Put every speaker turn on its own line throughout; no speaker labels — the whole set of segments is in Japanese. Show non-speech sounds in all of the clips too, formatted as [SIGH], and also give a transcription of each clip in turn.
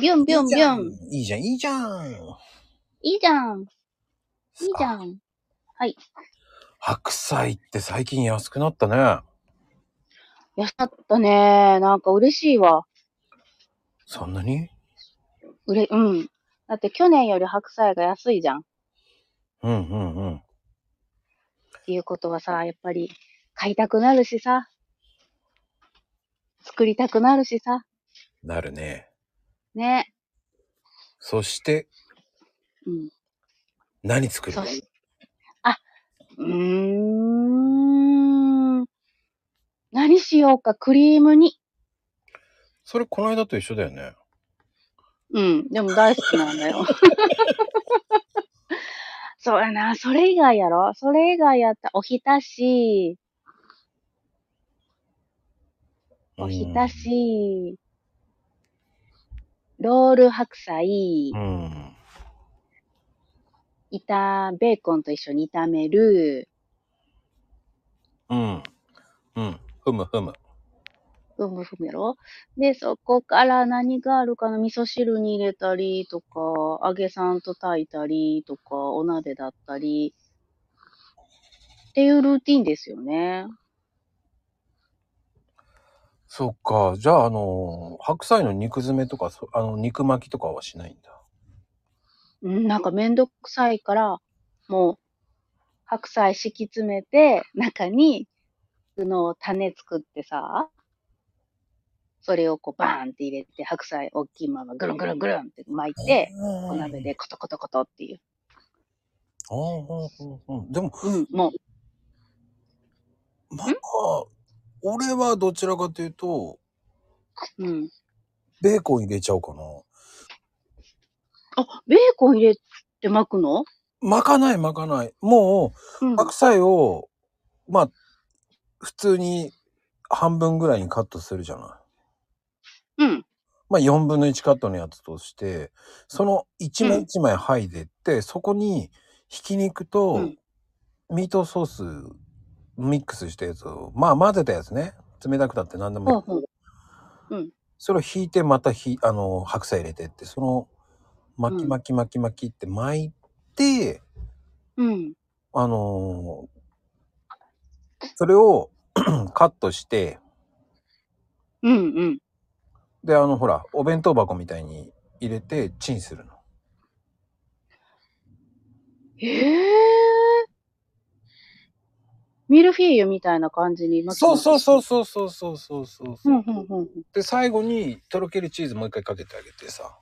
ビュンビュンビュン。
いいじゃんいいじゃん、いいじゃん。
いいじゃん。いいじゃ
ん。
ん。
白菜って最近安くなったね。
安かったね。なんか嬉しいわ。
そんなに
うれ、うん。だって去年より白菜が安いじゃん。っ
うんうんうん。
ていうことはさ、やっぱり買いたくなるしさ。作りたくなるしさ。
なるね。
ね。
そして、
うん。
何作る
そし、あ、うーん。何しようか、クリーム煮。
それこの間と一緒だよね。
うん。でも大好きなん
[LAUGHS]
だよ。そうやな。それ以外やろそれ以外やった。おひたし、おひたし、ロール白菜
う、ん。
炒、ベーコンと一緒に炒める、
うん。うん。ふむふむ。
ふむふむやろで、そこから何があるかな味噌汁に入れたりとか、揚げさんと炊いたりとか、お鍋だったり、っていうルーティンですよね。
そっか。じゃあ、あの、白菜の肉詰めとか、そあの、肉巻きとかはしないんだ。
うんなんかめんどくさいから、もう、白菜敷き詰めて、中に、その種作ってさ、それをこうバーンって入れて、白菜大きいままぐるんぐるんぐるんって巻いて、お鍋でコトコトコトっていう。
ああ、うんうんうん。でも、
うん、も
まあ、俺はどちらかというと、
う、うん。
ベーコン入れちゃおうかな。
あ、ベーコン入れて巻くの
巻かない巻かない。も
うん
う、。白菜を、まあ、普通に半分ぐらいにカットするじゃない。
うん。
まあ、4分の1カットのやつとして、その1枚1枚剥いでって、そこにひき肉
う
と
ん
ミートソースミックスしたやつを、まあ混ぜたやつね。冷たくたって何でもいい
ほうほう。
それを引いてまたひあの白菜入れてって、その巻き
うん
巻き巻き巻きって巻いて、
うん。
あのーそれを [CLEARS THROAT] カットして、
うんうん。
で、あの、ほら、お弁当箱みたいに入れてチンするの。
へえ。ミルフィーユみたいな感じに巻き
そう
ます
そうそうそうそうそうそうそう。
うんうんうんうん。
で、最後にとろけるチーズもう一回かけてあげてさ。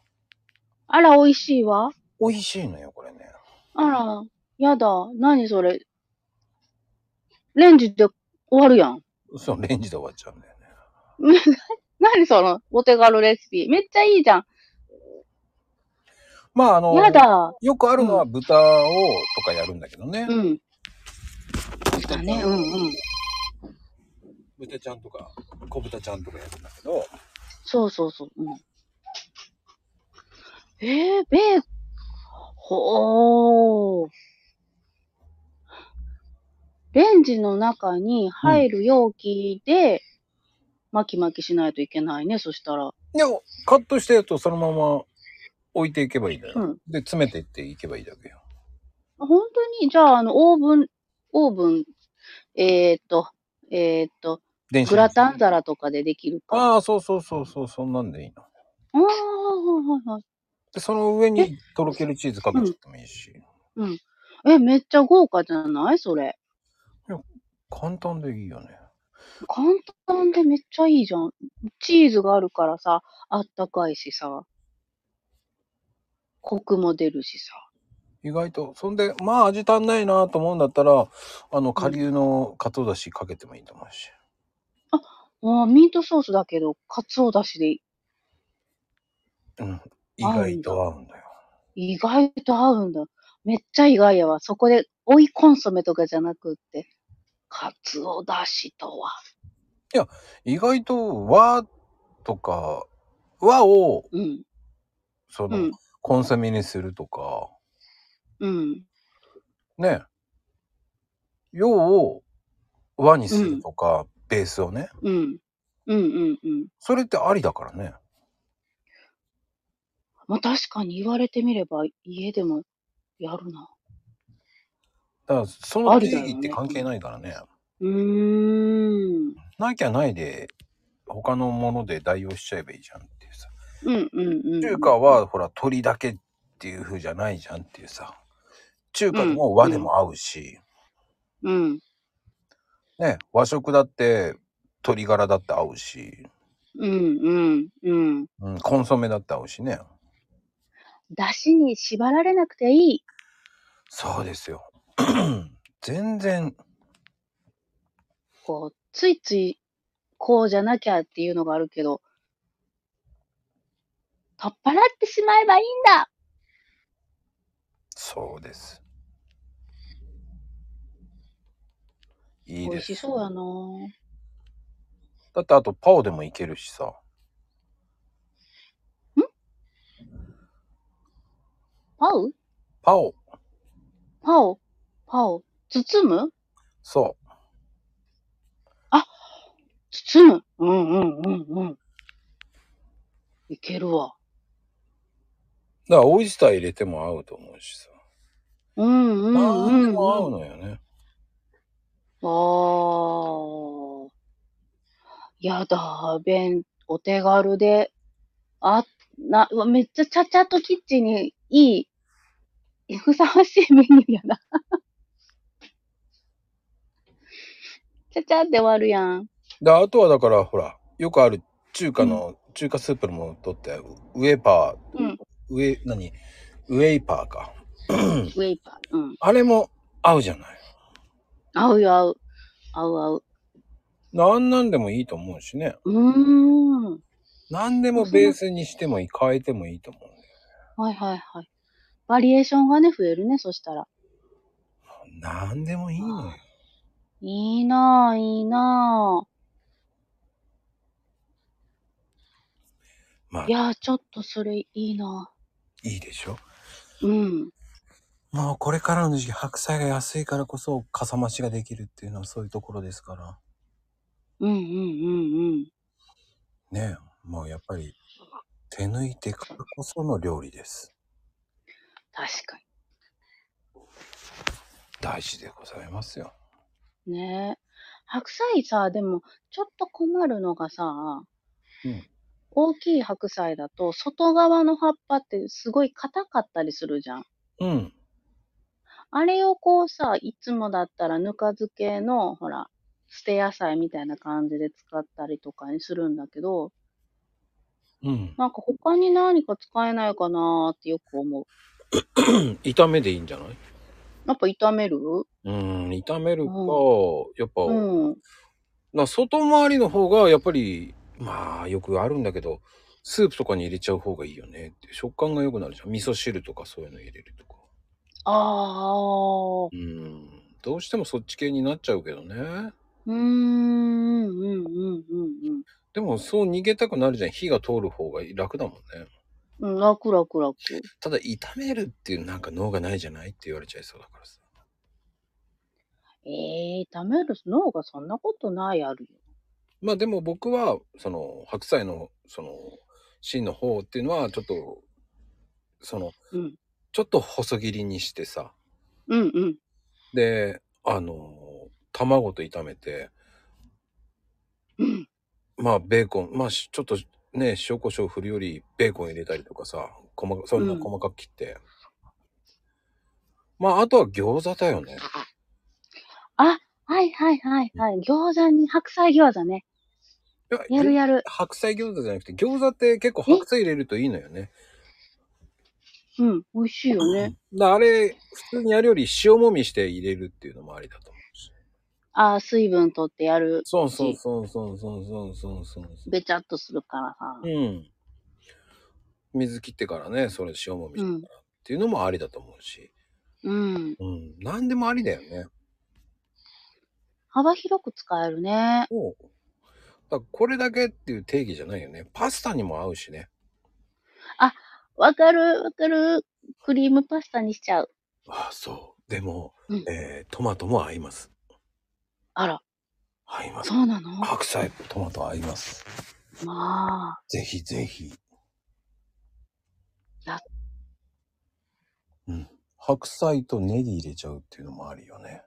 あら、美味しいわ。
美味しいのよ、これね。
あら、やだ。何それ。レンジで終わるやん。
そう、レンジで終わっちゃうんだよね。
何そのお手軽レシピ。めっちゃいいじゃん。
まあ、あの、
やだ。
よくあるのは豚をとかやるんだけどね。
うん。
豚ちゃ
だ
ん
ね。うんうん。
豚ちゃんとか、小豚ちゃんとかやるんだけど、
そうそうそう。うん、えー、ベー、ほー。レンジの中に入る容器で、巻き巻きしないといけないね。そしたら。
いや、カットしたやつをそのまま置いていけばいいんだよ。
うん
で、詰めていっていけばいいだけよ。
本当に、じゃあ、あの、オーブン、オーブン、えーっと、えーっと、
電子
グラタン皿とかでできるか。あ
ああ、そうそうそうそう、そんなんでいいの。
あー、はいはい
で、その上にとろけるチーズかけちゃってもいいし、
はい。え、めっちゃ豪華じゃないそれ。
簡単でいいよね。
簡単でめっちゃいいじゃん。チーズがあるからさ、あったかいしさ、コクも出るしさ。
意外と。そんで、まあ味足んないなと思うんだったら、あの、顆粒のかつおだしかけてもいいと思うし。
あーミートソースだけど、かつおだしで
うん。意外と合うんだよ。
意外と合うんだ。めっちゃ意外やわ。そこで、追いコンソメとかじゃなくって、かつおだしとは。
意外と和とか、和を、
うん、
その、
うん、
コンソメにするとか、
うん。
ね。洋を和にするとか、ベースをね。
うん。うんうんうん。
それってありだからね。
まあ確かに言われてみれば家でもやるな。
だからその
あ
定
りだよね
義って関係ないからね
うーん。
なきゃないで他のもので代用しちゃえばいいじゃんっていうさ
うんうんうん。
中華はほら鶏だけっていう風じゃないじゃんっていうさ中華でも和でも合うし、
うん。
ね和食だって鶏ガラだって合うし、
うんうんうん。
うん、コンソメだって合うしね
だしに縛られなくていい。
そうですよ [CLEARS THROAT] 全然
こう、ついついこうじゃなきゃっていうのがあるけど、取っ払ってしまえばいいんだ
そうですいい
美
で
味
す
しそうやな
だってあとパオでもいけるしさ
パウ
パオ
パオパオ包む
そ
包むうんうんうんうん。いけるわ。
うだからオイスター入れても合うと思うしさ
うんうんうん、うん。
何でも合うのよね
ああ。やだ、便、お手軽で。あ、な、うわめっちゃちゃちゃっとキッチンにいい、ふさわしいメニューやな。 [LAUGHS] ちゃちゃって終わるやん。
であとはだからほらよくある中華の、中華スープもとってウェーパー
うん。
ウェ何ウェイパーか
ウェイパー。うん。
あれも合うじゃない
合うよ、合う。合う合う。
なんなんでもいいと思うしね
うーん。
何でもベースにしてもいい変えてもいいと思うんだよ
はいはいはい。バリエーションがね、増えるね、そしたら。
何でもいいのよ
いいなぁ、いいなぁ。
まあ
いやぁ、ちょっとそれいいない
いでしょ
ぁ。うん。
もうこれからの時期白菜が安いからこそかさ増しができるっていうのはそういうところですから
うんうんうんうん。
ねえもうやっぱり手抜いてからこその料理です
確か
大事でございますよ
に。ねえ白菜さ、でも、ちょっと困るのがさ、
うん
大きい白菜だと、外側の葉っぱってすごい硬かったりするじゃん。
うん
あれをこうさ、いつもだったらぬか漬けの、ほら、捨て野菜みたいな感じで使ったりとかにするんだけど、
うん
なんか他に何か使えないかなーってよく思う。
炒めでいいんじゃない
やっぱ炒める
うん炒めるか、
うん
やっぱ、
うん。
な外回りの方がやっぱりまあよくあるんだけどスープとかに入れちゃう方がいいよねって食感が良くなるじゃん味噌汁とかそういうの入れるとか
ああ。
うんどうしてもそっち系になっちゃうけど
う
ね
ーん、うん、うん、うん、うん。
でもそう逃げたくなるじゃん火が通る方が楽だもんね
うん、楽楽楽。
ただ炒めるっていうなんか脳がないじゃないって言われちゃいそうだからさ
ええー、炒める脳がそんなことないあるよ。
まあでも僕はその白菜のその芯の方っていうのはちょっとその
うん、
ちょっと細切りにしてさ
うん、うん。
であの卵と炒めて
うん
まあベーコンまあしちょっとね塩コショウ振るよりベーコン入れたりとかさ細かそんな
うん
細かく切って、まああとは餃子だよね
はいはいはいはい。餃子に、白菜餃子ね。
いや
やるやる。
白菜餃子じゃなくて餃子って結構白菜入れるといいのよね
うん、美味しいよね。
だあれ普通にやるより塩もみして入れるっていうのもありだと思うし
ああ、水分取ってやる。
そうそうそうそうそうそうそうそうそう
べちゃっとするからさ。
うん水切ってからねそれ塩もみし
う
て
ん、
っていうのもありだと思うし
うん。
うん何でもありだよね
幅広く使えるね。
おうだからこれだけっていう定義じゃないよねパスタにも合うしね
わかるわかる。クリームパスタにしちゃう。
ああそうでも、
うん
えートマトも合います
あら、
合います
そうなのま
白菜トマト合います
あ、
ぜひぜひ白菜とネギ入れちゃうっていうのもあるよね。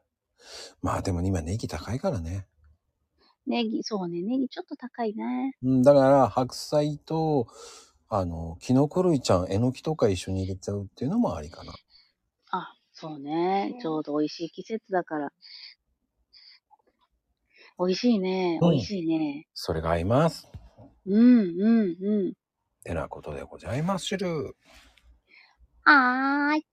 まあでも今ネギ高いからね。
ネギ、そうね、ネギちょっと高いね。
うん、だから白菜と、あの、キノコ類ちゃん、えのきとか一緒に入れちゃうっていうのもありかな。
あ、そうね。ちょうど美味しい季節だから。美味しいね。
うん
美味しいね。
それが合います。
うん、うん、う
てなことでございます、シュル。
ん。はーい。